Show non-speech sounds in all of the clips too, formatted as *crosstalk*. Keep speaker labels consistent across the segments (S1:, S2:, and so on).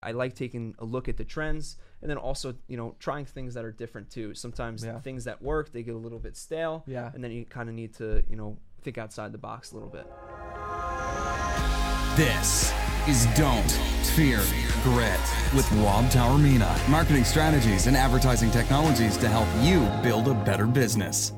S1: I like taking a look at the trends and then also, you know, trying things that are different too. Sometimes
S2: Yeah.
S1: things that work, they get a little bit stale.
S2: Yeah.
S1: And then you kind of need to, you know, think outside the box a little bit.
S3: This is Don't Fear Grit with Wab Taormina. Marketing strategies and advertising technologies to help you build a better business.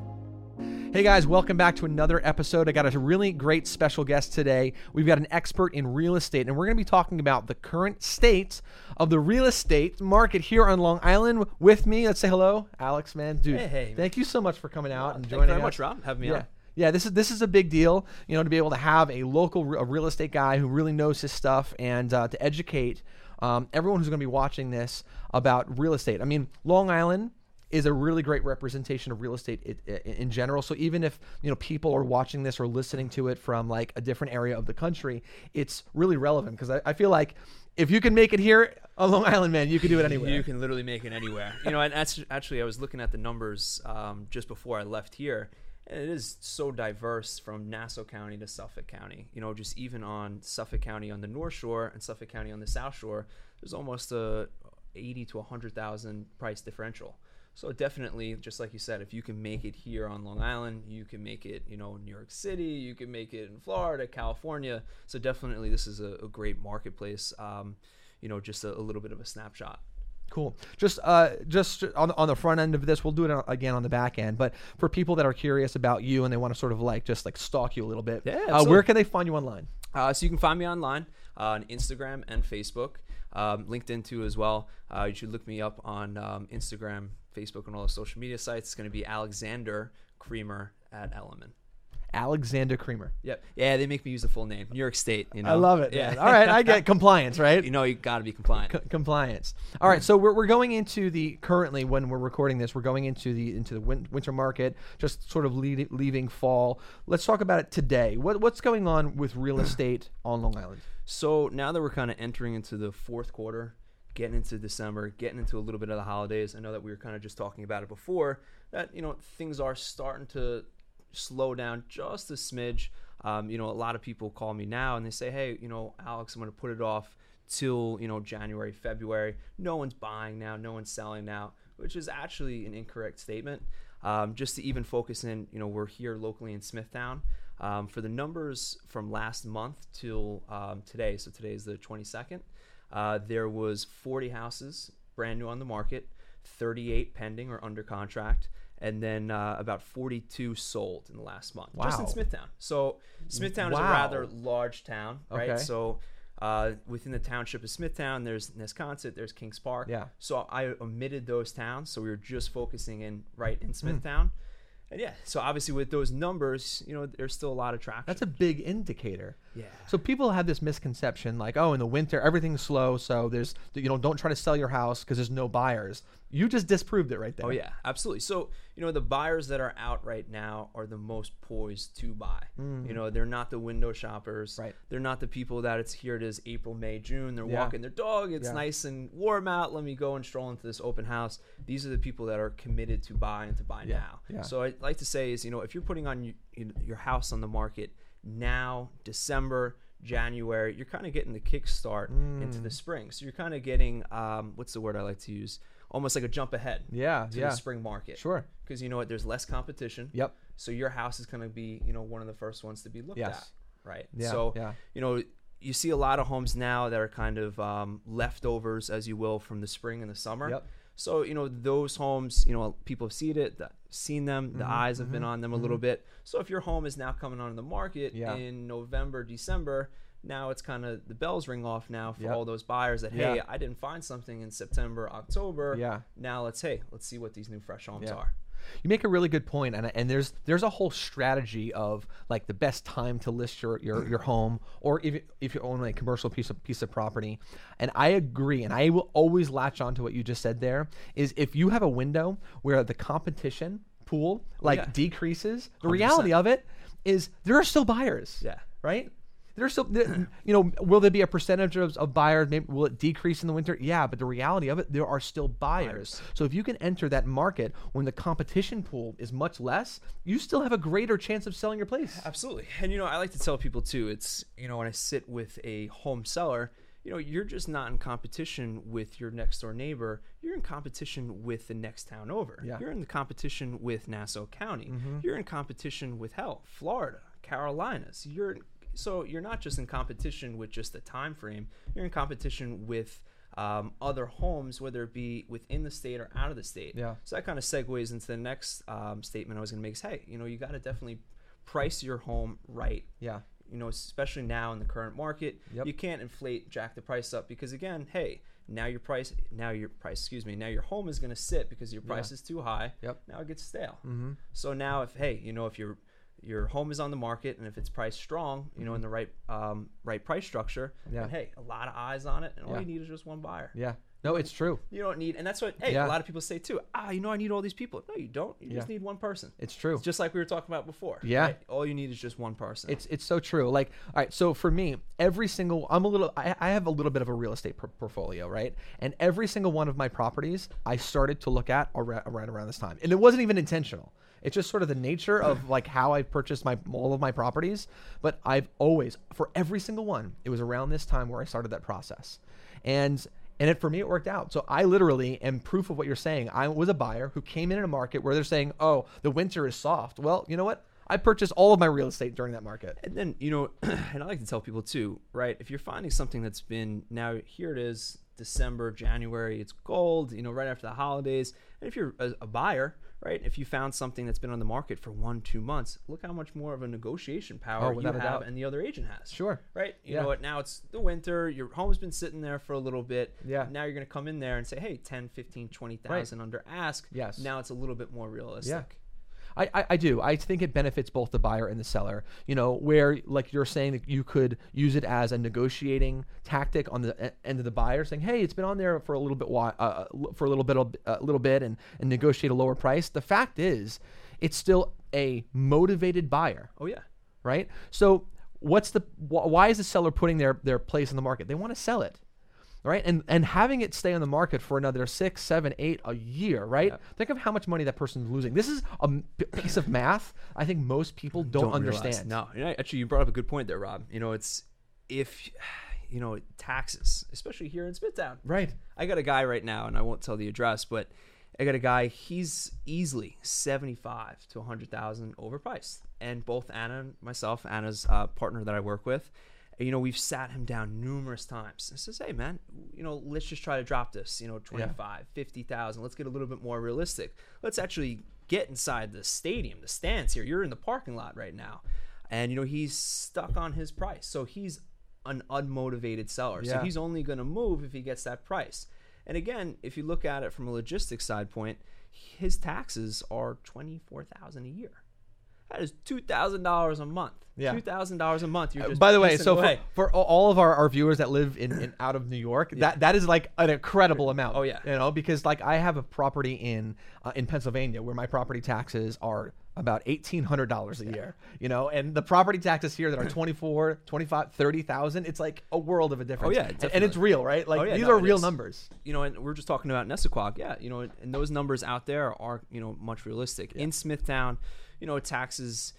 S2: Hey guys, welcome back to another episode. I got a really great special guest today. We've got an expert in real estate, and we're going to be talking about the current state of the real estate market here on Long Island. With me, let's say hello, Alex, man, dude.
S1: Hey, hey.
S2: Thank you so much for coming out and
S1: Thank you
S2: joining
S1: very
S2: us.
S1: much, Rob, for having me
S2: yeah.
S1: on.
S2: Yeah, this is this is a big deal, you know, to be able to have a local re- a real estate guy who really knows his stuff and uh, to educate um, everyone who's going to be watching this about real estate. I mean, Long Island is a really great representation of real estate it, i in general. So even if you know people are watching this or listening to it from like a different area of the country, it's really relevant because I, I feel like if you can make it here on Long Island, man, you can do it anywhere.
S1: You can literally make it anywhere. you know, and that's actually I was looking at the numbers um, just before I left here, and it is so diverse from Nassau County to Suffolk County. You know, just even on Suffolk County on the North Shore and Suffolk County on the South Shore, there's almost a eighty to hundred thousand price differential. So definitely, just like you said, if you can make it here on Long Island, you can make it, you know, in New York City, you can make it in Florida, California. So definitely, this is a, a great marketplace. Um, you know, just a, a little bit of a snapshot.
S2: Cool. Just uh, just on the, on the front end of this, we'll do it on- again on the back end. But for people that are curious about you and they want to sort of like just like stalk you a little bit,
S1: Yeah,
S2: uh, where
S1: absolutely.
S2: can they find you online?
S1: Uh, so you can find me online uh, on Instagram and Facebook, um, LinkedIn too as well. Uh, you should look me up on um, Instagram, Facebook, and all the social media sites. It's going to be Alexander Creamer at Element.
S2: Alexander Creamer.
S1: Yep. Yeah, they make me use the full name. New York State. You know.
S2: I love it.
S1: Yeah.
S2: Man. All right, I *laughs* get compliance, right?
S1: you know, you got to be compliant.
S2: C- compliance. All right, so we're, we're going into the currently when we're recording this, we're going into the into the win- winter market, just sort of lead, leaving fall. Let's talk about it today. What what's going on with
S1: *clears throat*
S2: real estate on Long Island?
S1: So now that we're kind of entering into the fourth quarter, getting into December, getting into a little bit of the holidays, I know that we were kind of just talking about it before that you know things are starting to slow down just a smidge. Um, you know, a lot of people call me now and they say, "Hey, you know, Alex, I'm going to put it off till you know January, February. No one's buying now, no one's selling now," which is actually an incorrect statement. Um, just to even focus in, you know, we're here locally in Smithtown. Um, for the numbers from last month till um, today, so today is the 22nd, uh, there was 40 houses brand new on the market, 38 pending or under contract, and then uh, about 42 sold in the last month. Just in
S2: Wow.
S1: Smithtown. So Smithtown is
S2: Wow.
S1: a rather large town, right?
S2: Okay.
S1: So uh, within the township of Smithtown, there's Nesconset, there's Kings Park.
S2: Yeah.
S1: So I omitted those towns. So we were just focusing in right in Smithtown. And yeah, so obviously with those numbers, you know, there's still a lot of traction.
S2: That's a big indicator.
S1: Yeah.
S2: So people have this misconception, like, oh, in the winter everything's slow, so there's you know don't try to sell your house because there's no buyers. You just disproved it right there.
S1: Oh yeah, absolutely. So you know the buyers that are out right now are the most poised to buy. You know they're not the window shoppers.
S2: Mm. Right.
S1: They're not the people that it's here. It is April, May, June. They're
S2: Yeah.
S1: walking their dog. It's
S2: Yeah.
S1: nice and warm out. Let me go and stroll into this open house. These are the people that are committed to buy and to buy now.
S2: Yeah.
S1: So I like to say is you know if you're putting on you, you- your house on the market now, December. January, you're kind of getting the kickstart into
S2: Mm.
S1: the spring. So you're kind of getting, um, what's the word I like to use? Almost like a jump ahead
S2: Yeah,
S1: to
S2: yeah.
S1: the spring market.
S2: Sure.
S1: Because you know what? There's less competition.
S2: Yep.
S1: So your house is going to be, you know, one of the first ones to be looked
S2: Yes.
S1: at. Right.
S2: Yeah,
S1: So,
S2: yeah.
S1: you know, you see a lot of homes now that are kind of um, leftovers, as you will, from the spring and the summer.
S2: Yep.
S1: So, you know, those homes, you know, people have seen it, the, seen them, the
S2: Mm-hmm,
S1: eyes have been on them a little bit. So if your home is now coming on the market
S2: Yeah.
S1: in November, December, now it's kind of the bells ring off now for
S2: Yep.
S1: all those buyers that,
S2: Yeah.
S1: hey, I didn't find something in September, October.
S2: Yeah.
S1: Now let's, hey, let's see what these new fresh homes
S2: Yeah.
S1: are.
S2: You make a really good point, and and there's there's a whole strategy of like the best time to list your your, your home, or if if you own a commercial piece of piece of property. And I agree, and I will always latch on to what you just said. There is if you have a window where the competition pool like
S1: Yeah.
S2: decreases, the reality of it is there are still buyers.
S1: Yeah.
S2: Right. There's still, there, you know, will there be a percentage of, of buyers? Maybe will it decrease in the winter? Yeah, but the reality of it, there are still buyers. So if you can enter that market when the competition pool is much less, you still have a greater chance of selling your place.
S1: Absolutely. And you know, I like to tell people too, it's you know, when I sit with a home seller, you know, you're just not in competition with your next door neighbor. You're in competition with the next town over.
S2: Yeah. Mm-hmm.
S1: You're in the competition with Nassau County. You're in competition with hell, Florida, Carolinas. You're so you're not just in competition with just the time frame. You're in competition with um, other homes, whether it be within the state or out of the state.
S2: Yeah.
S1: So that kind of segues into the next um, statement I was going to make is, hey, you know, you got to definitely price your home right.
S2: Yeah.
S1: You know, especially now in the current market,
S2: Yep.
S1: you can't inflate jack the price up because again, hey, now your price, now your price, excuse me, now your home is going to sit because your price is too high.
S2: Yep. Mm-hmm.
S1: Now it gets stale. So now, if hey, you know, if your your home is on the market and if it's priced strong, you know, in the right um, right price structure,
S2: Mm-hmm. Yeah.
S1: then hey, a lot of eyes on it, and all
S2: Yeah.
S1: you need is just one buyer.
S2: Yeah. No, it's true.
S1: You don't need, and that's what hey,
S2: Yeah.
S1: a lot of people say too. Ah, you know, I need all these people. No, you don't. You just
S2: Yeah.
S1: need one person.
S2: It's true.
S1: It's just like we were talking about before.
S2: Yeah.
S1: right? All you need is just one person.
S2: It's it's so true. Like, all right, so for me, every single I'm a little I, I have a little bit of a real estate por- portfolio, right? And every single one of my properties I started to look at around, right around this time, and it wasn't even intentional. It's just sort of the nature of like how I purchased my all of my properties. But I've always for every single one, it was around this time where I started that process, and. And it, for me, it worked out. So I literally am proof of what you're saying. I was a buyer who came in in a market where they're saying, "Oh, the winter is soft." Well, you know what? I purchased all of my real estate during that market.
S1: And then, you know, *clears throat* and I like to tell people too, right? If you're finding something that's been now here it is, December, January, it's gold, you know, right after the holidays. And if you're a, a buyer, right? If you found something that's been on the market for one, two months, look how much more of a negotiation
S2: Oh,
S1: power you
S2: without
S1: have
S2: a doubt.
S1: and the other agent has.
S2: Sure.
S1: Right? You
S2: Yeah.
S1: know what? Now it's the winter, your home's been sitting there for a little bit.
S2: Yeah.
S1: Now you're going to come in there and say, hey, 10, 15, 20,000 under ask.
S2: Yes.
S1: Now it's a little bit more realistic.
S2: I, I, I do. I think it benefits both the buyer and the seller. You know, where like you're saying that you could use it as a negotiating tactic on the e- end of the buyer, saying, "Hey, it's been on there for a little bit, while, uh, l- for a little bit, a little bit, and and negotiate a lower price." The fact is, it's still a motivated buyer
S1: Oh, yeah.
S2: right? So what's the wh- why is the seller putting their their place on the market? They want to sell it, right? And and having it stay on the market for another six, seven, eight, a year, right? Think of how much money that person's losing. This is a m- p- piece of math I think most people don't,
S1: realize.
S2: understand.
S1: No, you know, actually, you brought up a good point there, Rob. You know, it's if *sighs* you know taxes, especially here in Spittown.
S2: Right.
S1: I got a guy right now, and I won't tell the address, but I got a guy. He's easily seventy-five to hundred thousand overpriced, and both Anna and myself, Anna's uh, partner that I work with. You know, we've sat him down numerous times and says, "Hey, man, you know, let's just try to drop this. You know, 25, 50,000. Let's get a little bit more realistic. Let's actually get inside the stadium, the stands here. You're in the parking lot right now, and you know he's stuck on his price, so he's an unmotivated seller.
S2: Yeah.
S1: So he's only going to move if he gets that price. And again, if you look at it from a logistics side point, his taxes are twenty four thousand a year. That is two thousand dollars a month.
S2: Yeah. Uh,
S1: two thousand dollars a month. You're just
S2: By the way,
S1: piecing
S2: so for,
S1: away.
S2: for all- all of our, our viewers that live in, in out of New York, that, that is like an incredible amount.
S1: Oh, yeah.
S2: you know because like I have a property in uh, in Pennsylvania where my property taxes are about eighteen hundred dollars a year. You know, and the property taxes here that are 24, 25, 30,000, it's like a world of a difference.
S1: Oh, yeah,
S2: and, and
S1: definitely.
S2: it's real, right? Like
S1: Oh, yeah,
S2: these
S1: no,
S2: are
S1: it
S2: real
S1: is.
S2: numbers.
S1: you know, and we're just talking about Nessaquag. Yeah, you know, and, and those numbers out there are, you know, much realistic. In Smithtown, you know, taxes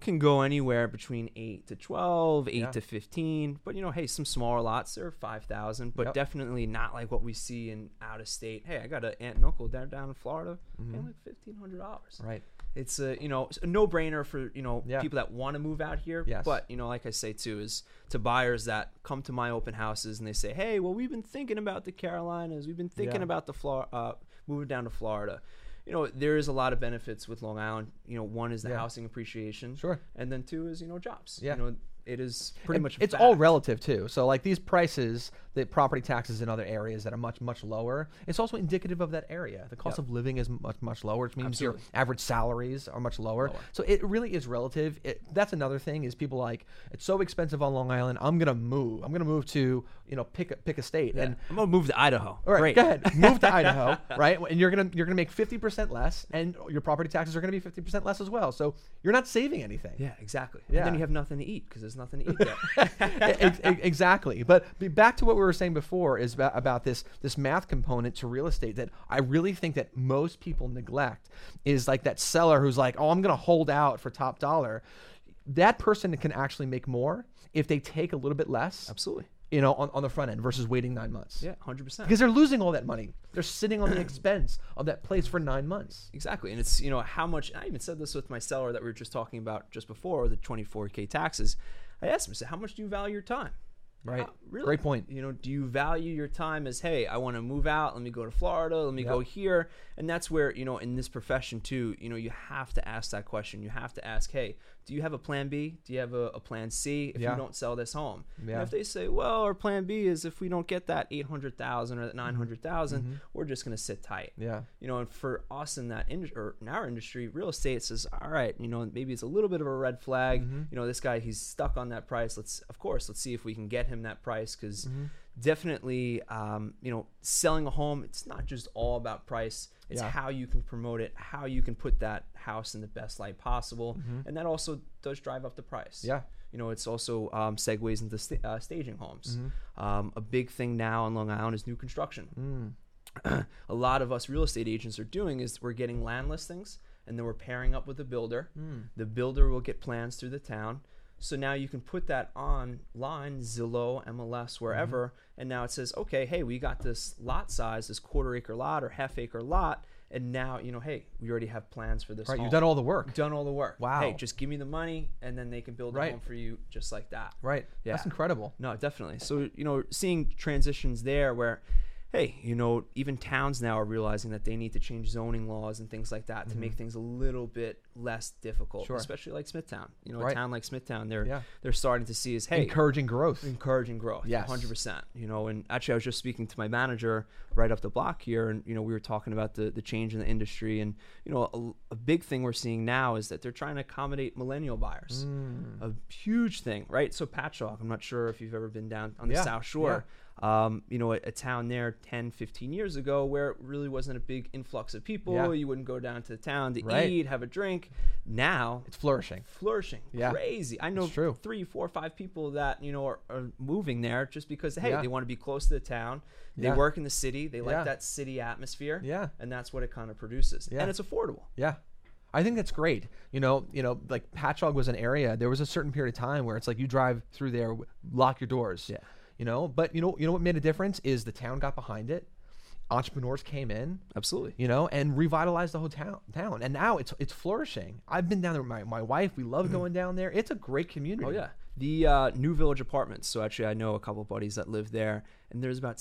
S1: can go anywhere between 8 to 12, 8 to 15. But, you know, hey, some smaller lots are 5,000, but
S2: Yep.
S1: definitely not like what we see in out of state. Hey, I got an aunt and uncle down, down in Florida, paying like $1,500.
S2: Mm-hmm. Right.
S1: It's a, you know, a no brainer for, you know,
S2: Yeah.
S1: people that want to move out here.
S2: Yes.
S1: But, you know, like I say too, is to buyers that come to my open houses and they say, "Hey, well, we've been thinking about the Carolinas. We've been thinking
S2: Yeah.
S1: about the Flor- uh, moving down to Florida." You know, there is a lot of benefits with Long Island. You know, one is the
S2: Yeah.
S1: housing appreciation,
S2: Sure.
S1: and then two is you know jobs.
S2: Yeah.
S1: you know, it is pretty
S2: And
S1: much a
S2: it's all
S1: fact.
S2: relative too. So like these prices, the property taxes in other areas that are much much lower. It's also indicative of that area. The cost of living is much much lower, which means your average salaries are much lower. So it really is relative. It, that's another thing is people like it's so expensive on Long Island. I'm gonna move. I'm gonna move to you know pick a, pick a state and.
S1: I'm gonna move to Idaho.
S2: All right,
S1: Great.
S2: go ahead.
S1: *laughs*
S2: Move to Idaho, right? And you're gonna you're gonna make fifty percent less, and your property taxes are gonna be fifty percent less as well. So you're not saving anything.
S1: Yeah, exactly.
S2: Yeah.
S1: And then you have nothing to eat because there's nothing to eat
S2: *laughs*
S1: there.
S2: Ex- ex- exactly. But be- back to what we were saying before is about, about this this math component to real estate that I really think that most people neglect is like that seller who's like, oh, I'm going to hold out for top dollar. That person can actually make more if they take a little bit less
S1: Absolutely.
S2: you know, on, on the front end versus waiting nine months.
S1: Yeah, hundred percent.
S2: Because they're losing all that money. They're sitting on the expense of that place for nine months.
S1: Exactly. And it's, you know, how much I even said this with my seller that we were just talking about just before the 24K taxes. I asked him, I said, how much do you value your time?
S2: Right.
S1: How- Uh, really?
S2: Great point.
S1: You know, do you value your time as, hey, I want to move out. Let me go to Florida. Let me go here. And that's where, you know, in this profession too, you know, you have to ask that question. You have to ask, hey, do you have a plan B? Do you have a, a plan C if
S2: Yeah.
S1: you don't sell this home? And
S2: Yeah.
S1: if they say, well, our plan B is if we don't get that 800,000 or that 900,000, we're just going to sit tight
S2: Mm-hmm. Yeah.
S1: you know, and for us in that industry or in our industry, real estate says, all right, you know, maybe it's a little bit of a red flag.
S2: Mm-hmm.
S1: You know, this guy, he's stuck on that price. Let's, of course, let's see if we can get him that price because
S2: Mm-hmm.
S1: definitely, um, you know, selling a home, it's not just all about price. It's
S2: Yeah.
S1: how you can promote it, how you can put that house in the best light possible, and that also does drive up the price.
S2: Mm-hmm. Yeah.
S1: You know, it's also um, segues into sta- uh, staging homes.
S2: Mm-hmm.
S1: Um, a big thing now on Long Island is new construction
S2: Mm.
S1: a lot of us real estate agents are doing is we're getting land listings and then we're pairing up with the builder.
S2: Hmm.
S1: The builder will get plans through the town. So now you can put that online, Zillow, MLS, wherever,
S2: Mm-hmm.
S1: and now it says, okay, hey, we got this lot size, this quarter acre lot or half acre lot, and now you know, hey, we already have plans for this.
S2: Right. You've
S1: home.
S2: done all the work.
S1: done all the work.
S2: Wow.
S1: Hey, just give me the money, and then they can build
S2: Right.
S1: a home for you just like that.
S2: Right.
S1: Yeah.
S2: That's incredible.
S1: No, definitely. So, you know, seeing transitions there where, hey, you know, even towns now are realizing that they need to change zoning laws and things like that to make things a little bit less difficult,
S2: Mm-hmm. Sure.
S1: especially like Smithtown. You know,
S2: Right.
S1: a town like Smithtown, they're
S2: Yeah.
S1: they're starting to see is hey, Mm.
S2: Encouraging growth.
S1: encouraging growth.
S2: Yes.
S1: 100%. You know, and actually I was just speaking to my manager right up the block here and you know, we were talking about the the change in the industry and you know, a, a big thing we're seeing now is that they're trying to accommodate millennial buyers.
S2: Mm.
S1: A huge thing, right? So Patchogue, I'm not sure if you've ever been down on the
S2: Yeah,
S1: South Shore. Um, you know, a, a town there 10, 15 years ago where it really wasn't a big influx of people.
S2: Yeah.
S1: You wouldn't go down to the town to
S2: Right.
S1: eat, have a drink. Now
S2: It's flourishing.
S1: flourishing.
S2: Yeah.
S1: Crazy. I know
S2: It's true.
S1: three, four, five people that, you know, are, are moving there just because, hey,
S2: Yeah.
S1: they want to be close to the town. They
S2: Yeah.
S1: work in the city. They
S2: Yeah.
S1: like that city atmosphere.
S2: Yeah.
S1: And that's what it kind of produces.
S2: Yeah.
S1: And it's affordable.
S2: Yeah. I think that's great. You know, you know, like Patchogue was an area. There was a certain period of time where it's like you drive through there, w- lock your doors.
S1: Yeah.
S2: You know, but you know, you know what made a difference is the town got behind it. Entrepreneurs came in,
S1: Absolutely.
S2: you know, and revitalized the whole town. Town, and now it's it's flourishing. I've been down there with my my wife. We love going down there. It's a great community.
S1: Mm-hmm. Oh, yeah. The uh, New Village Apartments. So actually, I know a couple of buddies that live there, and there's about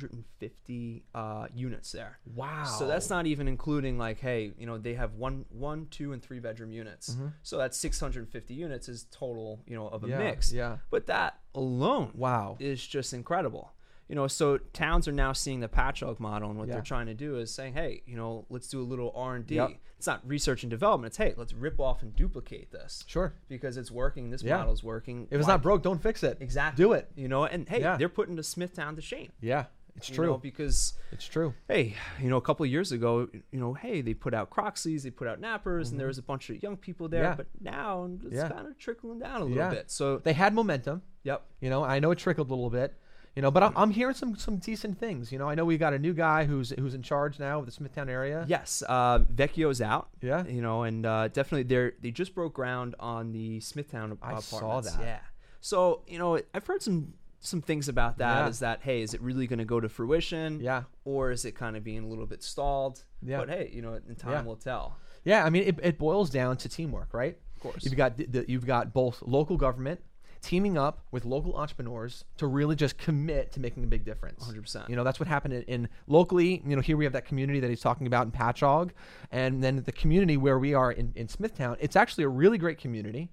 S1: 650 uh, units there.
S2: Wow.
S1: So that's not even including like, hey, you know, they have one, one, two, and three bedroom units. So that's 650 units is total, you know, of a
S2: Mm-hmm. Yeah,
S1: mix.
S2: yeah.
S1: But that alone,
S2: Wow.
S1: is just incredible. You know, so towns are now seeing the patchwork model, and what
S2: Yeah.
S1: they're trying to do is saying, "Hey, you know, let's do a little R and D.
S2: Yep.
S1: It's not research and development. It's hey, let's rip off and duplicate this.
S2: Sure.
S1: because it's working. This
S2: Yeah.
S1: model's working.
S2: If it's
S1: Why-
S2: not broke, don't fix it.
S1: exactly,
S2: Do it.
S1: You know, and hey,
S2: Yeah.
S1: they're putting the Smithtown to shame.
S2: Yeah. It's
S1: you
S2: true.
S1: know, because
S2: it's true.
S1: hey, you know, a couple of years ago, you know, hey, they put out Croxleys, they put out Nappers, and there was a bunch of young people there.
S2: Mm-hmm. Yeah.
S1: But now it's
S2: Yeah.
S1: kind of trickling down a little
S2: Yeah.
S1: bit. So
S2: They had momentum.
S1: yep,
S2: You know, I know it trickled a little bit. You know, but I'm, I'm hearing some some decent things. You know, I know we got a new guy who's who's in charge now of the Smithtown area.
S1: Yes, uh, Vecchio's out.
S2: Yeah.
S1: you know, and uh, definitely they are they just broke ground on the Smithtown ap-
S2: I
S1: apartments.
S2: saw that.
S1: Yeah, so you know, I've heard some some things about that. Is
S2: Yeah.
S1: that hey, is it really going to go to fruition?
S2: Yeah.
S1: or is it kind of being a little bit stalled?
S2: Yeah.
S1: but hey, you know, in time
S2: Yeah.
S1: will tell.
S2: Yeah, I mean, it, it boils down to teamwork, right? Of
S1: course.
S2: You've got the, the, you've got both local government teaming up with local entrepreneurs to really just commit to making a big difference.
S1: 100%.
S2: You know, that's what happened in, in locally. You know, here we have that community that he's talking about in Patchogue, and then the community where we are in, in Smithtown. It's actually a really great community.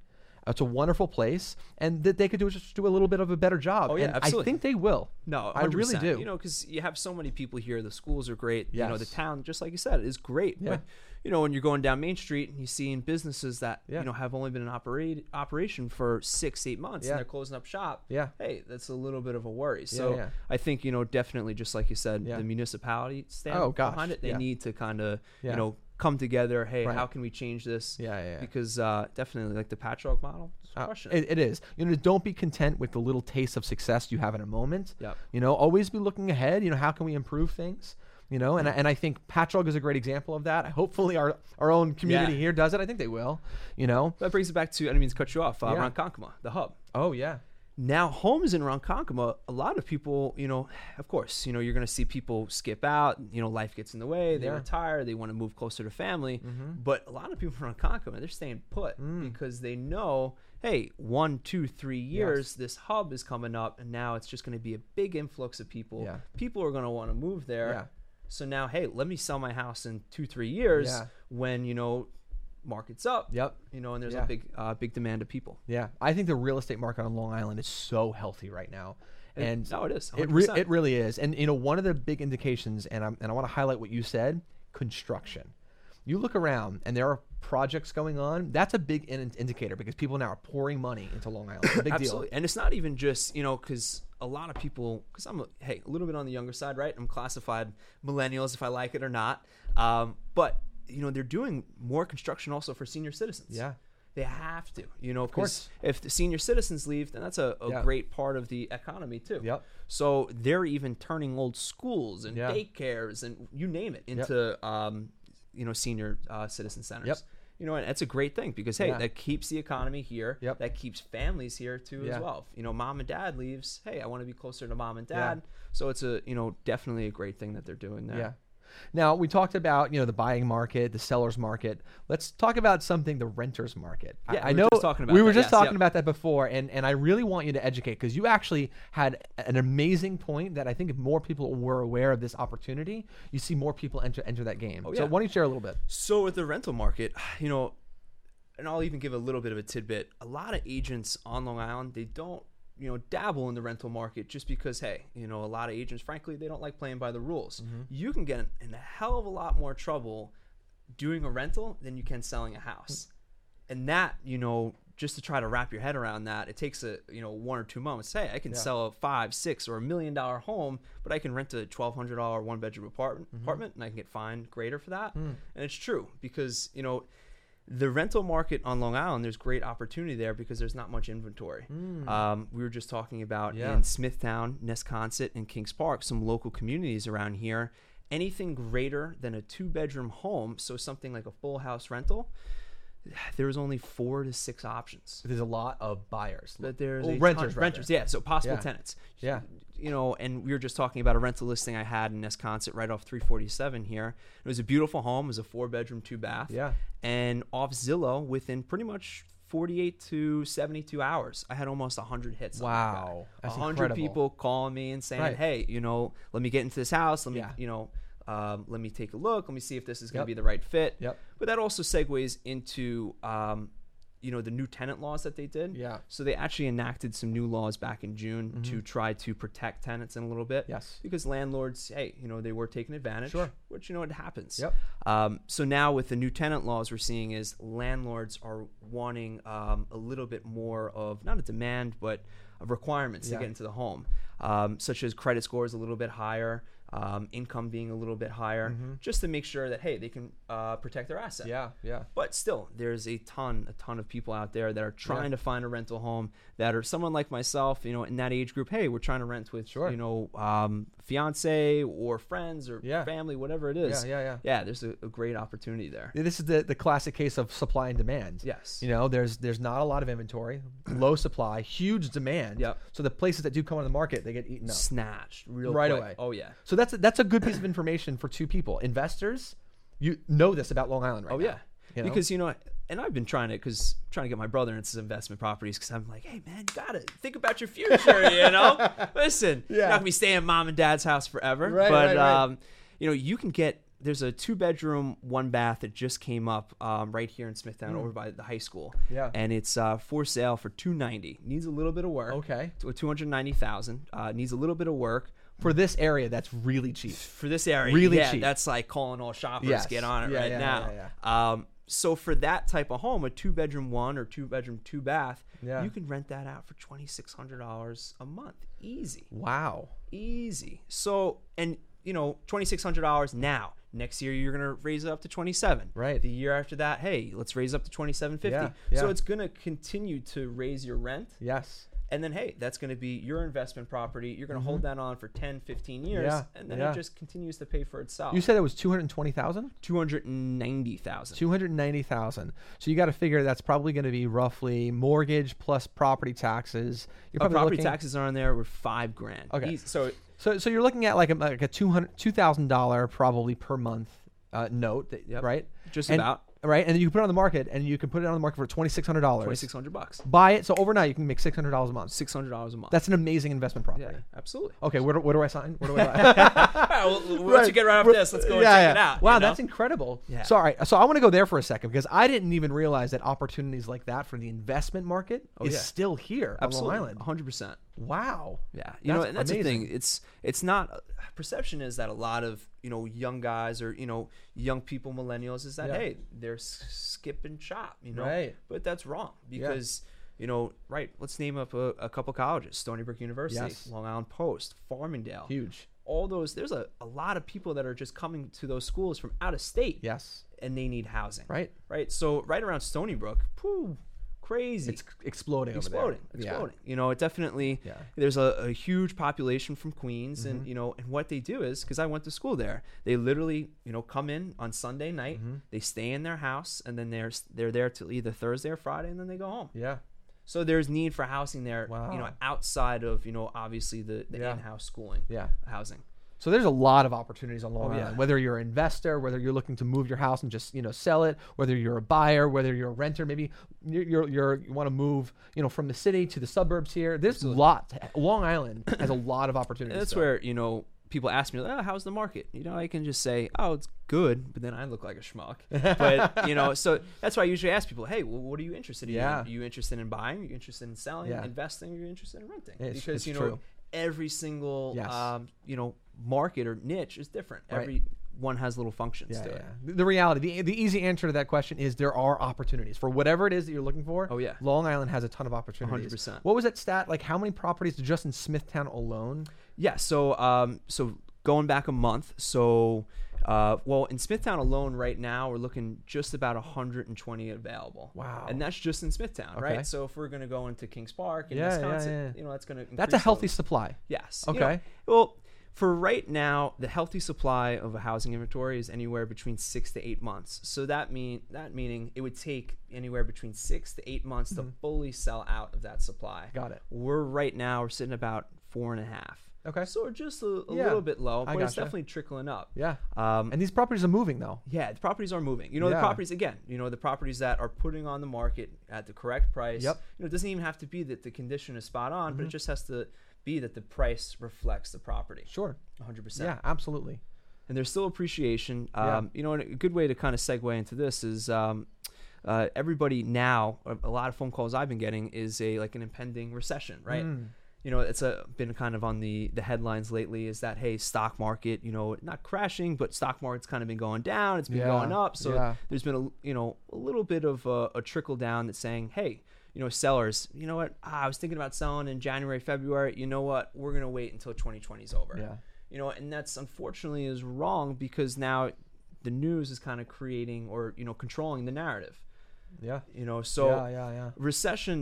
S2: It's a wonderful place, and that they could do is just do a little bit of a better job.
S1: Oh, yeah,
S2: and I
S1: absolutely.
S2: think they will.
S1: No,
S2: I really
S1: 100%.
S2: do.
S1: You know, because you have so many people here. The schools are great. You know, the
S2: Yes.
S1: town, just like you said, is great.
S2: Yeah.
S1: But you know, when you're going down Main Street and you're seeing businesses that
S2: Yeah.
S1: you know have only been in operate, operation for six, eight months,
S2: Yeah.
S1: and they're closing up shop.
S2: Yeah.
S1: Hey, that's a little bit of a worry. So
S2: yeah.
S1: I think you know, definitely, just like you said,
S2: Yeah.
S1: the municipality stand
S2: Oh, gosh,
S1: behind it. They
S2: yeah.
S1: need to kind of
S2: Yeah.
S1: you know come together. Hey,
S2: Right.
S1: how can we change this?
S2: Yeah, yeah, yeah.
S1: Because uh, definitely, like the patchwork model, it's
S2: Uh,
S1: crushing it.
S2: it, it is. You know, don't be content with the little taste of success you have in a moment.
S1: Yep.
S2: You know, always be looking ahead. You know, how can we improve things? You know, and, I and I think Patchogue is a great example of that. Hopefully, our, our own community
S1: Yeah.
S2: here does it. I think they will. You know.
S1: That brings it back to. I didn't mean to cut you off. Uh,
S2: Yeah.
S1: Ronkonkoma, the hub.
S2: Oh yeah.
S1: now homes in Ronkonkoma, a lot of people, you know, of course, you know, you're going to see people skip out. You know, life gets in the way. They
S2: Yeah. Mm-hmm.
S1: retire. They want to move closer to family. But a lot of people in Ronkonkoma, they're staying put
S2: Mm.
S1: because they know, hey, one, two, three years, this hub is coming up, and now it's just going to be a big influx of people.
S2: Yeah.
S1: People are going to want to move there.
S2: Yeah.
S1: So now, hey, let me sell my house in two, three years
S2: Yeah.
S1: when you know market's up.
S2: Yep.
S1: You know, and there's
S2: Yeah.
S1: a big, uh, big demand of people.
S2: Yeah, I think the real estate market on Long Island is so healthy right now, and
S1: no, it is,
S2: It, re-
S1: 100%.
S2: it really is, and you know one of the big indications, and I'm, and I want to highlight what you said: construction. You look around, and there are projects going on. That's a big in- indicator because people now are pouring money into Long Island. It's a big deal.
S1: Absolutely. And it's not even just, you know, because a lot of people, because I'm, a, hey, a little bit on the younger side, right? I'm classified millennials if I like it or not. Um, but, you know, they're doing more construction also for senior citizens.
S2: Yeah.
S1: They have to, you know,
S2: course.
S1: because if the senior citizens leave, then that's a, a
S2: Yeah.
S1: great part of the economy too.
S2: Yep.
S1: So they're even turning old schools and
S2: Yeah.
S1: daycares and you name it into, um, you know, senior uh, citizen centers.
S2: Yep.
S1: You know, and that's a great thing because hey,
S2: Yeah.
S1: that keeps the economy here.
S2: Yep.
S1: That keeps families here too
S2: Yeah.
S1: as well. You know, mom and dad leaves. Hey, I want to be closer to mom and dad. So it's a you know definitely a great thing that they're doing there.
S2: Yeah. Now we talked about you know the buying market, the seller's market. Let's talk about something the renter's market. I-
S1: Yeah, we
S2: I,
S1: were
S2: know
S1: just talking about
S2: we were
S1: that,
S2: just
S1: yes,
S2: talking
S1: yep.
S2: about that before, and and I really want you to educate because you actually had an amazing point that I think if more people were aware of this opportunity, you see more people enter enter that game. So
S1: Oh, yeah.
S2: why don't you share a little bit?
S1: So with the rental market, *sighs* you know, and I'll even give a little bit of a tidbit. A lot of agents on Long Island, they don't, you know, dabble in the rental market just because, hey, you know, a lot of agents, frankly, they don't like playing by the rules. You can get in a hell of a lot more trouble doing a rental than you can selling a house. And that, you know, just to try to wrap your head around that, it takes a you know one or two months. Hey, I can sell a five, six, or a million dollar home, but I can rent a twelve hundred dollar one bedroom apartment, apartment, and I can get fined greater for that. And it's true because you know the rental market on Long Island, there's great opportunity there because there's not much inventory. Um, we were just talking about
S2: Yeah.
S1: in Smithtown, Nesconset, and Kings Park, some local communities around here. Anything greater than a two bedroom home, so something like a full house rental, *sighs* there was only four to six options.
S2: There's a lot of buyers,
S1: But there's
S2: Well,
S1: a ton-
S2: renters, rather.
S1: renters, yeah. So possible
S2: Yeah.
S1: tenants,
S2: Yeah.
S1: You know, and we were just talking about a rental listing I had in Nesconset right off 347 here. It was a beautiful home. It was a four bedroom, two bath.
S2: Yeah.
S1: And off Zillow, within pretty much 48 to 72 hours, I had almost 100 hits.
S2: Wow.
S1: Wow, a
S2: That's
S1: 100
S2: incredible.
S1: people calling me and saying,
S2: Right.
S1: "Hey, you know, let me get into this house. Let me,
S2: Yeah.
S1: you know." Um, let me take a look. Let me see if this is going
S2: Yep.
S1: to be the right fit.
S2: Yep.
S1: But that also segues into, um, you know, the new tenant laws that they did.
S2: Yeah. Mm-hmm.
S1: So they actually enacted some new laws back in June to try to protect tenants in a little bit.
S2: Yes.
S1: Because landlords, hey, you know, they were taking advantage.
S2: Sure.
S1: Which you know it happens.
S2: Yep.
S1: Um, so now with the new tenant laws, we're seeing is landlords are wanting um, a little bit more of not a demand but of requirements
S2: Yeah.
S1: to get into the home, um, such as credit scores a little bit higher. Um, income being a little bit higher, just to make sure that hey, they can uh, protect their asset.
S2: Mm-hmm. Yeah, yeah.
S1: But still, there's a ton, a ton of people out there that are trying to find a rental home that are someone like myself, you know, in that age group. Hey, we're trying to rent with,
S2: Sure.
S1: you know, um, fiance or friends or
S2: Yeah.
S1: family, whatever it is.
S2: Yeah, yeah, yeah.
S1: Yeah, there's a, a great opportunity there.
S2: this is the, the classic case of supply and demand.
S1: Yes.
S2: You know, there's there's not a lot of inventory, *clears throat* low supply, huge demand.
S1: Yep.
S2: So the places that do come on the market, they get eaten up.
S1: Snatched real
S2: Right
S1: quick.
S2: away.
S1: Oh yeah.
S2: So that's a, that's a good piece of information for two people. Investors, you know this about Long Island right
S1: Oh
S2: now.
S1: yeah,
S2: You know?
S1: because you know, and I've been trying to because trying to get my brother into some investment properties because I'm like, hey man, you gotta think about your future. you
S2: *laughs*
S1: know, listen, you're
S2: Yeah.
S1: not gonna be staying in mom and dad's house forever.
S2: Right,
S1: but
S2: right, right.
S1: um, you know, you can get there's a two bedroom, one bath that just came up um, right here in Smithtown, over by the high school.
S2: Mm. Yeah.
S1: and it's uh, for sale for two ninety. Needs a little bit of work.
S2: Okay.
S1: two hundred ninety thousand. Uh, needs a little bit of work.
S2: For this area, that's really cheap.
S1: for this area,
S2: Really
S1: yeah,
S2: cheap.
S1: That's like calling all shoppers,
S2: Yes.
S1: get on it
S2: Yeah,
S1: right
S2: yeah,
S1: now.
S2: yeah,
S1: Um, so for that type of home, a two bedroom one or two bedroom two bath,
S2: Yeah.
S1: you can rent that out for twenty six hundred dollars a month, easy,
S2: Wow.
S1: easy. So and you know twenty six hundred dollars now. Next year you're gonna raise it up to twenty seven.
S2: Right.
S1: The year after that, hey, let's raise it up to twenty seven fifty.
S2: Yeah, yeah.
S1: So it's gonna continue to raise your rent
S2: Yes.
S1: And then, hey, that's going to be your investment property. You're going to hold that on for 10, 15 years,
S2: Mm-hmm. Yeah,
S1: and then
S2: yeah.
S1: it just continues to pay for itself.
S2: You said it was 220,000?
S1: 290,000.
S2: 290,000. So you got to figure that's probably going to be roughly mortgage plus property taxes. You're
S1: Uh,
S2: probably
S1: property
S2: looking,
S1: taxes are on there with 5 grand.
S2: Okay.
S1: Easy. So
S2: So so you're looking at like a like a 200 $2,000 probably per month uh, note, that,
S1: Yep.
S2: right?
S1: Just
S2: And-
S1: about.
S2: Right? And then you can put it on the market and you can put it on the market for $2,600.
S1: 2600 bucks.
S2: Buy it so overnight you can make $600 a month.
S1: $600 a month.
S2: That's an amazing investment property.
S1: yeah,
S2: *laughs*
S1: absolutely.
S2: Okay, where do, where do I sign? Where do
S1: *laughs*
S2: I buy?
S1: All right, well, well, once you get right off this, let's go and check it out.
S2: Wow,
S1: you know?
S2: that's incredible.
S1: Yeah.
S2: So, all right, so I want to go there for a second because I didn't even realize that opportunities like that for the investment market is
S1: Oh, yeah.
S2: still here
S1: absolutely
S2: on Long Island.
S1: 100%.
S2: Wow.
S1: Yeah, you know,
S2: That's
S1: and that's
S2: amazing.
S1: the thing. It's it's not perception is that a lot of you know young guys or you know young people, millennials, is that
S2: Yeah.
S1: hey they're s- skipping shop, you know,
S2: Right.
S1: but that's wrong because you know right. Let's name up a, a couple colleges: Stony Brook University,
S2: Yes.
S1: Long Island Post, Farmingdale,
S2: Huge.
S1: all those. There's a, a lot of people that are just coming to those schools from out of state,
S2: Yes.
S1: and they need housing,
S2: Right.
S1: right. So right around Stony Brook, poo, crazy
S2: It's exploding. over there.
S1: exploding
S2: Yeah.
S1: exploding you know it definitely
S2: Yeah. Mm-hmm.
S1: there's a, a huge population from queens and you know and what they do is because i went to school there they literally you know come in on sunday night
S2: Mm-hmm.
S1: they stay in their house and then they're s- they're there till either thursday or friday and then they go home
S2: Yeah.
S1: so there's need for housing there you know
S2: Wow.
S1: outside of you know obviously the, the
S2: Yeah.
S1: in-house schooling
S2: Yeah.
S1: housing
S2: So there's a lot of opportunities on Long
S1: Oh, yeah.
S2: Island. Whether you're an investor, whether you're looking to move your house and just you know sell it, whether you're a buyer, whether you're a renter, maybe you're, you're, you're you want to move you know from the city to the suburbs here. There's a lot. Long Island has a lot of opportunities.
S1: that's
S2: still.
S1: where you know people ask me like, oh, how's the market you know i can just say oh it's good but then i look like a schmuck
S2: *laughs*
S1: but you know so that's why i usually ask people hey well, what are you interested in
S2: Yeah.
S1: are you interested in buying are you interested in selling
S2: Yeah.
S1: investing are you interested in renting
S2: It's-
S1: because
S2: it's
S1: you know
S2: true.
S1: every single
S2: Yes.
S1: um, you know market or niche is different
S2: Right.
S1: every one has little functions
S2: Yeah,
S1: to
S2: yeah.
S1: it
S2: The- The reality, the, the easy answer to that question is there are opportunities for whatever it is that you're looking for.
S1: Oh, yeah.
S2: Long Island has a ton of opportunities.
S1: 100%.
S2: What was that stat? Like how many properties just in Smithtown alone?
S1: Yeah. So, um, so going back a month. So, uh, well, in Smithtown alone, right now we're looking just about 120 available.
S2: Wow.
S1: And that's just in Smithtown,
S2: Okay.
S1: right? So if we're gonna go into Kings Park in
S2: Yeah, yeah,
S1: Wisconsin,
S2: yeah.
S1: you know, that's gonna
S2: That's a
S1: increase
S2: healthy
S1: little-
S2: supply.
S1: Yes. you know,
S2: Okay.
S1: well, for right now, the healthy supply of a housing inventory is anywhere between six to eight months. So that mean that meaning it would take anywhere between six to eight months to fully sell out of that supply.
S2: Mm-hmm. Got it.
S1: We're right now we're sitting about four and a half.
S2: Okay.
S1: So we're just a, a
S2: Yeah,
S1: little bit low, but
S2: I
S1: it's
S2: gotcha.
S1: definitely trickling up.
S2: Yeah.
S1: Um,
S2: and these properties are moving though.
S1: yeah, the properties are moving. You know,
S2: Yeah.
S1: the properties again. You know, the properties that are putting on the market at the correct price.
S2: Yep. Mm-hmm.
S1: You know, it doesn't even have to be that the condition is spot on, but it just has to be that the price reflects the property.
S2: Sure.
S1: 100. percent
S2: Yeah, absolutely.
S1: and there's still appreciation.
S2: Yeah.
S1: Um, You know, and a good way to kind of segue into this is um, uh, everybody now. a- A lot of phone calls I've been getting is a like an impending recession, right?
S2: Mm.
S1: You know, it's a, been kind of on the the headlines lately. Is that hey, stock market? You know, not crashing, but stock market's kind of been going down. It's been
S2: Yeah,
S1: going up. So
S2: yeah.
S1: there's been a you know a little bit of a, a trickle down that's saying hey. You know, sellers. You know what? Ah, I was thinking about selling in January, February. You know what? We're gonna wait until 2020 is over
S2: Yeah.
S1: you know and that's unfortunately is wrong because now the news is kind of creating or you know controlling the narrative
S2: Yeah.
S1: you know so
S2: Yeah, yeah, yeah.
S1: recession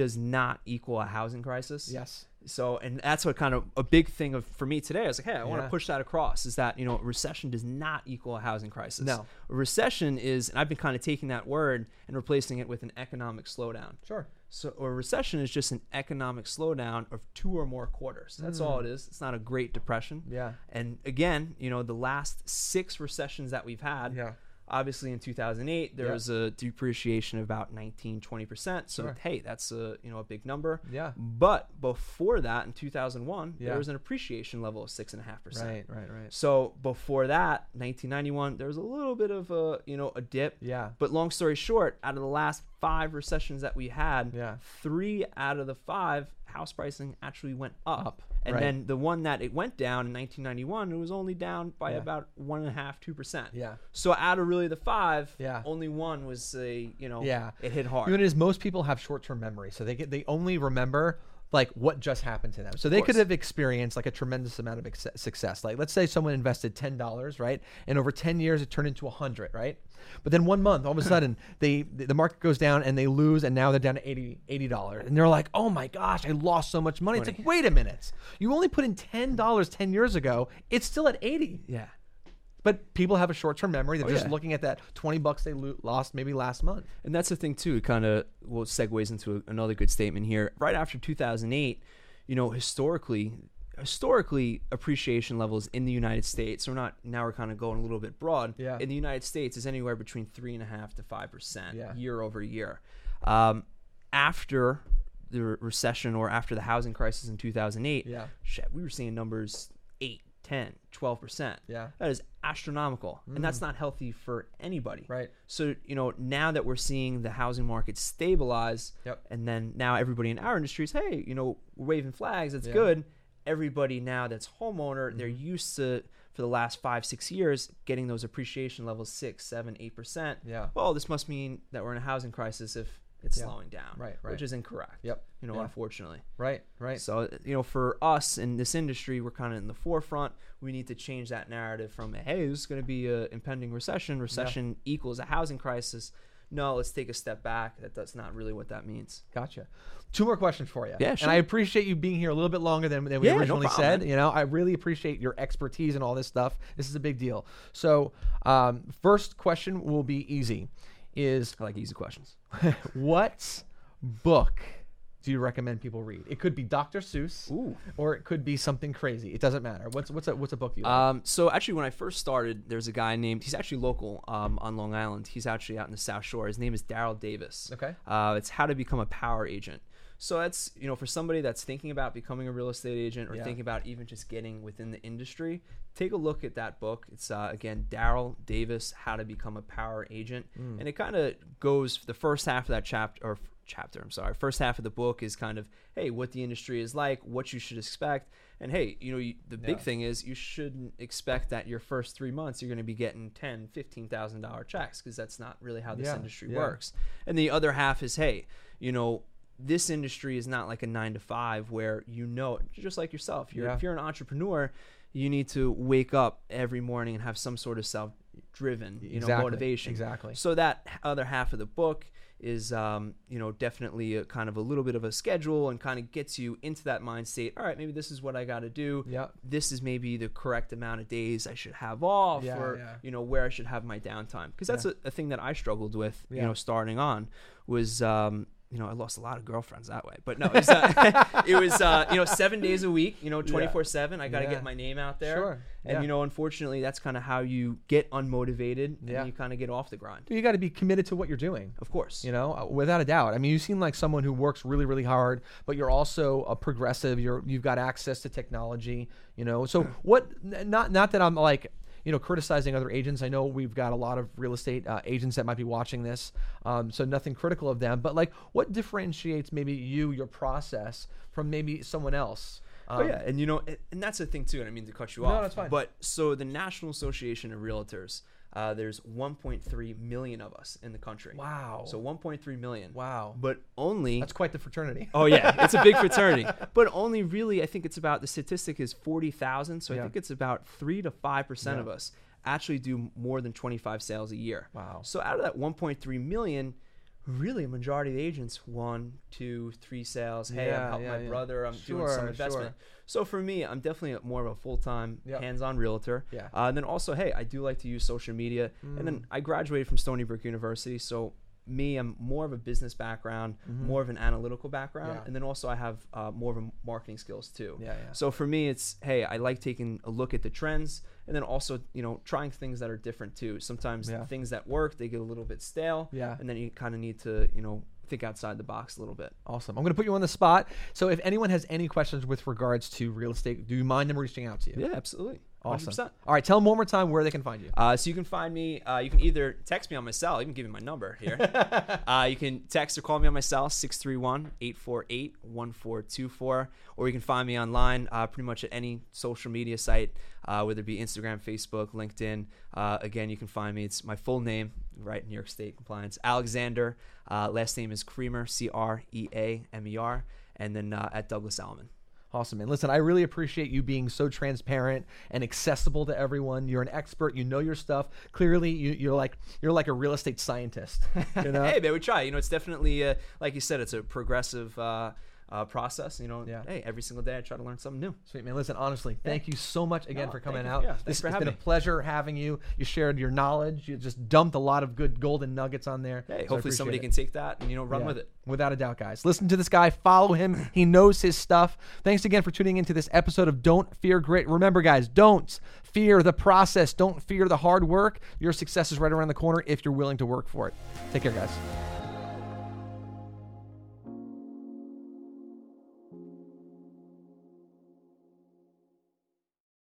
S1: does not equal a housing crisis
S2: Yes.
S1: so and that's what kind of a big thing of for me today i was like hey i want
S2: Yeah.
S1: to push that across is that you know recession does not equal a housing crisis
S2: No.
S1: a recession is and i've been kind of taking that word and replacing it with an economic slowdown
S2: Sure.
S1: so a recession is just an economic slowdown of two or more quarters. That's all it is. It's not a great depression.
S2: Hmm. Yeah.
S1: And again, you know, the last six recessions that we've had,
S2: Yeah.
S1: obviously in 2008, there
S2: Yeah.
S1: was a depreciation of about 19, 20%. So,
S2: Sure.
S1: hey, that's a, you know, a big number.
S2: Yeah.
S1: But before that in 2001,
S2: Yeah.
S1: there was an appreciation level of six and a half percent.
S2: Right, right, right.
S1: So before that, 1991, there was a little bit of a you know a dip.
S2: Yeah.
S1: But long story short, out of the last five recessions that we had,
S2: Yeah.
S1: three out of the five house pricing actually went up.
S2: Up,
S1: And
S2: right.
S1: then the one that it went down in 1991, it was only down by about one and a half, two percent.
S2: Yeah.
S1: So out of really the five,
S2: Yeah.
S1: only one was a you know
S2: Yeah.
S1: it hit hard.
S2: You know what it is? Most people have short term memory, so they get they only remember like what just happened to them. So they could
S1: course.
S2: have experienced like a tremendous amount of ex- success. Like let's say someone invested ten dollars, right, and over ten years it turned into a hundred, right. But then one month, all of a sudden,
S1: *clears throat*
S2: they the market goes down and they lose, and now they're down to 80 dollars, and they're like, "Oh my gosh, I lost so much money." It's like, wait a minute, you only put in ten dollars ten years ago. It's still at eighty.
S1: Yeah. Oh,
S2: But people have a short-term memory. They're just
S1: yeah.
S2: looking at that twenty bucks they lo- lost maybe last month.
S1: And that's the thing too. It kind of well segues into a- another good statement here. Right after 2008, you know, historically, historically appreciation levels in the United States. So we're not now we're kind of going a little bit broad.
S2: Yeah.
S1: In the United States, is anywhere between three and a half to five percent
S2: Yeah.
S1: year over year. Um, after the re- recession or after the housing crisis in 2008,
S2: Yeah.
S1: shit, we were seeing numbers 8, 10, 12%.
S2: Yeah. Mm.
S1: That is astronomical. And that's not healthy for anybody.
S2: Right.
S1: So, you know, now that we're seeing the housing market stabilize,
S2: Yep.
S1: and then now everybody in our industry is, hey, you know, we're waving flags, that's good. Everybody now that's homeowner,
S2: Mm-hmm.
S1: they're used to for the last five, six years getting those appreciation levels six, seven, eight percent.
S2: Yeah.
S1: Well, this must mean that we're in a housing crisis if it's slowing down,
S2: Right, right.
S1: Which is incorrect.
S2: Yep.
S1: You know,
S2: Yeah.
S1: unfortunately.
S2: Right. Right.
S1: So, you know, for us in this industry, we're kind of in the forefront. We need to change that narrative from, hey, this is going to be an impending recession. Recession equals a housing crisis. No, let's take a step back. That, that's not really what that means.
S2: Gotcha. Two more questions for you.
S1: Yeah,
S2: And
S1: sure.
S2: I appreciate you being here a little bit longer than, than we
S1: Yeah, no
S2: originally
S1: problem,
S2: said.
S1: man.
S2: You know, I really appreciate your expertise and all this stuff. This is a big deal. So, um, first question will be easy: is
S1: I like easy questions.
S2: *laughs* what book do you recommend people read? It could be Dr. Seuss,
S1: Ooh.
S2: or it could be something crazy. It doesn't matter. What's what's a what's a book you like?
S1: Um, so actually, when I first started, there's a guy named he's actually local um, on Long Island. He's actually out in the South Shore. His name is Daryl Davis.
S2: Okay.
S1: Uh, it's how to become a power agent. So that's you know for somebody that's thinking about becoming a real estate agent or
S2: Yeah.
S1: thinking about even just getting within the industry, take a look at that book. It's uh, again Daryl Davis, How to Become a Power Agent,
S2: Hmm.
S1: and it kind of goes the first half of that chapter or chapter. I'm sorry, first half of the book is kind of hey what the industry is like, what you should expect, and hey you know you, the big
S2: Yeah.
S1: thing is you shouldn't expect that your first three months you're going to be getting ten, fifteen thousand dollar checks because that's not really how this
S2: Yeah,
S1: industry
S2: yeah.
S1: works. And the other half is, hey, you know, this industry is not like a nine to five where you know, just like yourself, you're,
S2: Yeah.
S1: if you're an entrepreneur, you need to wake up every morning and have some sort of self driven, you know,
S2: Exactly,
S1: motivation.
S2: exactly.
S1: So that other half of the book is, um, you know, definitely a kind of a little bit of a schedule and kind of gets you into that mind state. All right, maybe this is what I got to do.
S2: Yep.
S1: This is maybe the correct amount of days I should have off
S2: Yeah,
S1: or,
S2: yeah.
S1: you know, where I should have my downtime. Cause that's a, a thing that I struggled with, you
S2: Yeah.
S1: know, starting on was, um, you know, I lost a lot of girlfriends that way,
S2: *laughs*
S1: but no, it was, uh, it was uh, you know, seven days a week, you know, 24 seven. I got to
S2: Yeah.
S1: get my name out there.
S2: Sure.
S1: And
S2: Yeah.
S1: you know, unfortunately that's kind of how you get unmotivated
S2: Yeah.
S1: and you kind of get off the grind.
S2: you got to be committed to what you're doing.
S1: Of course.
S2: you know uh, without a doubt i mean you seem like someone who works really really hard but you're also a progressive you're you've got access to technology you
S1: *clears throat*
S2: know so what n- not not that i'm like you know criticizing other agents i know we've got a lot of real estate uh, agents that might be watching this um, so nothing critical of them but like what differentiates maybe you your process from maybe someone else um,
S1: Oh yeah, and you know, and, and that's the thing too. And I mean to cut you off.
S2: that's fine.
S1: But so the National Association of Realtors, uh, there's 1.3 million of us in the country.
S2: Wow.
S1: So 1.3 million.
S2: Wow.
S1: But only
S2: that's quite the fraternity
S1: Oh yeah, it's a
S2: *laughs*
S1: big fraternity. But only really, I think it's about the statistic is forty thousand. So
S2: Yeah.
S1: I think it's about three to five percent of us actually do more than twenty five sales a year.
S2: Wow.
S1: So out of that one point three million, really a majority of the agents one, two, three sales. Hey,
S2: Yeah,
S1: I'm helping
S2: yeah,
S1: my
S2: yeah.
S1: brother. I'm doing
S2: Sure,
S1: some investment.
S2: sure.
S1: So for me, I'm definitely a- more of a full time,
S2: Yeah.
S1: hands on realtor.
S2: Yeah. Mm.
S1: Uh, and then also, hey, I do like to use social media. And then I graduated from Stony Brook University, so me, I'm more of a business background, more of an analytical background,
S2: Mm-hmm. Yeah.
S1: and then also I have uh, more of a marketing skills too.
S2: Yeah, yeah.
S1: So for me, it's hey, I like taking a look at the trends, and then also you know trying things that are different too. Sometimes
S2: Yeah.
S1: things that work they get a little bit stale.
S2: Yeah.
S1: And then you kind of need to you know think outside the box a little bit.
S2: Awesome. I'm going to put you on the spot. So, if anyone has any questions with regards to real estate, do you mind them reaching out to you?
S1: Yeah, absolutely.
S2: Awesome.
S1: 100%.
S2: All right, tell them one more time where they can find you.
S1: Uh, so you can find me. Uh, you can either text me on my cell. You can give me my number here. uh, you can text or call me on my cell 631-848-1424. Or you can find me online uh, pretty much at any social media site, uh, whether it be Instagram, Facebook, LinkedIn. Uh, again, you can find me. It's my full name, right? New E York State Compliance. Alexander. Uh, last name is Creamer, C-R-E-A-M-E-R. and then uh, at Douglas Alman.
S2: Awesome, man. Listen, I really appreciate you being so transparent and accessible to everyone. You're an expert. You know your stuff. Clearly, you, you're like you're like a real estate *laughs* scientist. You
S1: *laughs*
S2: know?
S1: Hey, man, we try. You know, it's definitely uh, like you said, it's a progressive uh, uh, process. You know,
S2: Yeah.
S1: hey, every single day I try to learn something new.
S2: Sweet man. Listen, honestly, thank you so much again
S1: No,
S2: for
S1: thank
S2: coming
S1: you.
S2: out.
S1: Yeah, thanks
S2: this
S1: for
S2: has
S1: having
S2: been a
S1: me.
S2: pleasure having you. You shared your knowledge. You just dumped a lot of good golden nuggets on there.
S1: Hey, hopefully somebody can take that and you know run with it.
S2: Without a doubt, guys. Listen to this guy. Follow him. *clears throat* He knows his stuff. Thanks again for tuning into this episode of Don't Fear Grit. Remember, guys, don't fear the process. Don't fear the hard work. Your success is right around the corner if you're willing to work for it. Take care, guys.